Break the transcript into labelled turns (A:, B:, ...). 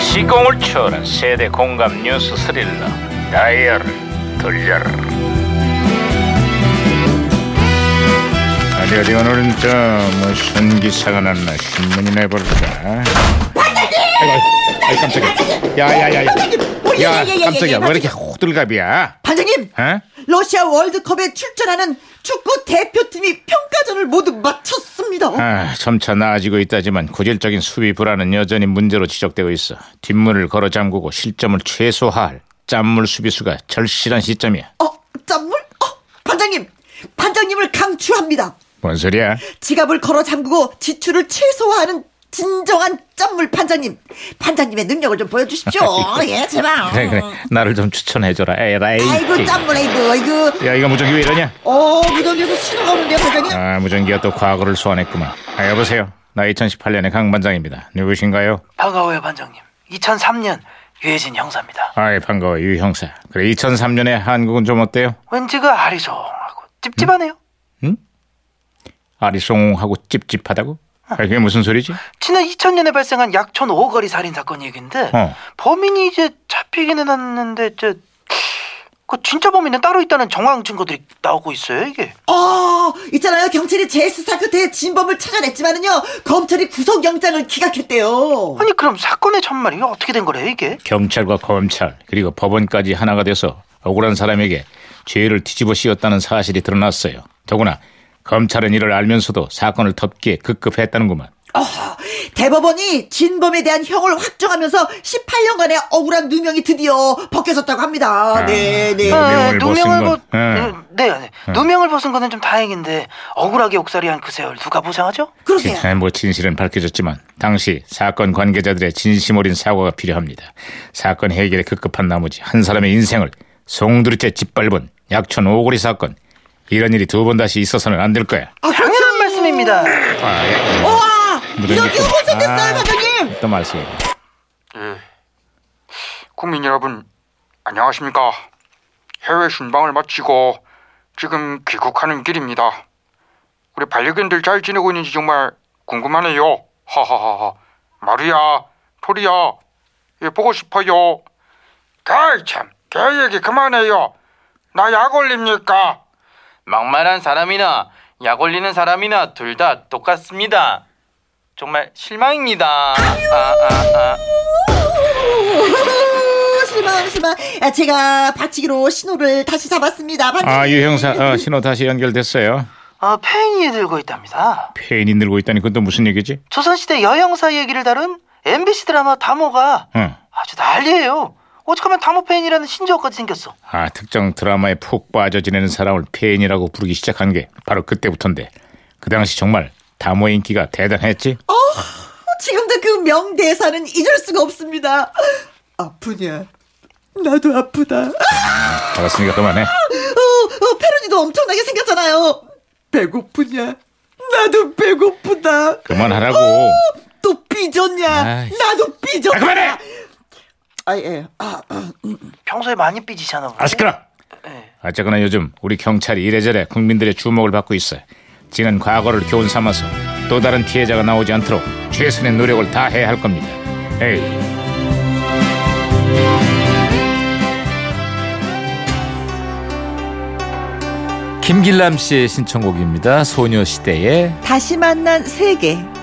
A: 시공을 초월한 세대 공감 뉴스 스릴러 다이얼을 돌려라 어디 어디 오늘은 또 무슨 기사가 났나 신문이나 해볼까 반장님! 아이 깜짝이야 야야야야
B: 예,
A: 야
B: 예, 예, 예,
A: 깜짝이야
B: 예,
A: 왜 이렇게 호들갑이야
B: 반장님,
A: 어?
B: 러시아 월드컵에 출전하는 축구 대표팀이 평가전을 모두 마쳤습니다.
A: 아, 점차 나아지고 있다지만 구질적인 수비 불안은 여전히 문제로 지적되고 있어. 뒷문을 걸어 잠그고 실점을 최소화할 짠물 수비수가 절실한 시점이야.
B: 어, 짠물? 어, 반장님, 반장님을 강추합니다.
A: 뭔 소리야?
B: 지갑을 걸어 잠그고 지출을 최소화하는 진정한 짠물 반장님. 반장님의 능력을 좀 보여주십시오. 예, 제발.
A: 그래 그래 나를 좀 추천해줘라. 에라이.
B: 아이고, 짠물, 아이고, 아이고.
A: 야 이거 무전기 왜 이러냐?
B: 어, 무전기에서 신호가 오는데요, 반장님.
A: 아 무전기가 또 과거를 소환했구만. 아 여보세요. 나 2018년의 강 반장입니다. 누구신가요?
C: 반가워요 반장님 2003년 유해진 형사입니다
A: 아이 반가워 유 형사. 그래 2003년에 한국은 좀 어때요?
C: 왠지가 그 아리송하고 찝찝하네요
A: 아리송하고 찝찝하다고? 아, 그게 무슨 소리지?
C: 지난 2000년에 발생한 약촌 오거리 살인 사건 얘긴데
A: 어.
C: 범인이 이제 잡히기는 했는데 저, 그 진짜 범인은 따로 있다는 정황 증거들이 나오고 있어요 이게
B: 어, 있잖아요. 경찰이 제스 사크 대진범을 찾아냈지만은요, 검찰이 구속영장을 기각했대요.
C: 아니 그럼 사건의 전말이 어떻게 된 거래요 이게
A: 경찰과 검찰 그리고 법원까지 하나가 돼서 억울한 사람에게 죄를 뒤집어 씌웠다는 사실이 드러났어요. 더구나 검찰은 이를 알면서도 사건을 덮기에 급급했다는구만.
B: 대법원이 진범에 대한 형을 확정하면서 18년간의 억울한 누명이 드디어 벗겨졌다고 합니다. 네, 네.
A: 아. 누명을 벗은 건,
C: 벗-
A: 예.
C: 네, 네. 누명을 벗은 거는 좀 다행인데 억울하게 옥살이한 그 세월 누가 보상하죠?
B: 그러게요.
A: 아, 뭐 진실은 밝혀졌지만 당시 사건 관계자들의 진심 어린 사과가 필요합니다. 사건 해결에 급급한 나머지 한 사람의 인생을 송두리째 짓밟은 약촌 오고리 사건. 이런 일이 두 번 다시 있어서는 안 될 거야.
B: 아, 그렇죠.
C: 당연한 말씀입니다
B: 우와!
A: 무전기
B: 이렇게
A: 또-
B: 혼선됐어요,
A: 아,
B: 반장님!
A: 또 말씀.
D: 예. 국민 여러분, 안녕하십니까. 해외 순방을 마치고 지금 귀국하는 길입니다. 우리 반려견들 잘 지내고 있는지 정말 궁금하네요. 하하하하. 마루야, 토리야, 예, 보고 싶어요. 개이 참, 개 얘기 그만해요. 나 약 올립니까?
C: 막말한 사람이나 약 올리는 사람이나 둘 다 똑같습니다. 정말 실망입니다. 아, 아, 아.
B: 오, 실망, 실망. 아, 제가 박치기로 신호를 다시 잡았습니다, 반장님.
A: 아, 유 형사 어, 신호 다시 연결됐어요.
C: 아, 팬이 들고 있답니다.
A: 폐인이 늘고 있다니 그건 또 무슨 얘기지?
C: 조선시대 여영사 얘기를 다룬 MBC 드라마 다모가
A: 응.
C: 아주 난리예요. 오죽하면 다모 팬이라는 신조어까지 생겼어.
A: 아, 특정 드라마에 푹 빠져 지내는 사람을 폐인이라고 부르기 시작한 게 바로 그때부터인데 그 당시 정말 다모의 인기가 대단했지.
B: 지금도 그 명대사는 잊을 수가 없습니다. 아프냐? 나도 아프다.
A: 알았으니까 그만해.
B: 어, 어, 페루니도 엄청나게 생겼잖아요. 배고프냐? 나도 배고프다.
A: 그만하라고.
B: 또 삐졌냐?
A: 아이씨.
B: 나도 삐졌다.
A: 아, 그만해!
B: 아, 예. 아, 아,
C: 평소에 많이 삐지잖아.
A: 아 시끄러.
C: 예.
A: 어쨌거나 요즘 우리 경찰이 이래저래 국민들의 주목을 받고 있어. 지난 과거를 교훈 삼아서 또 다른 피해자가 나오지 않도록 최선의 노력을 다해야 할 겁니다. 에이.
E: 김길남 씨의 신청곡입니다. 소녀시대의
B: 다시 만난 세계.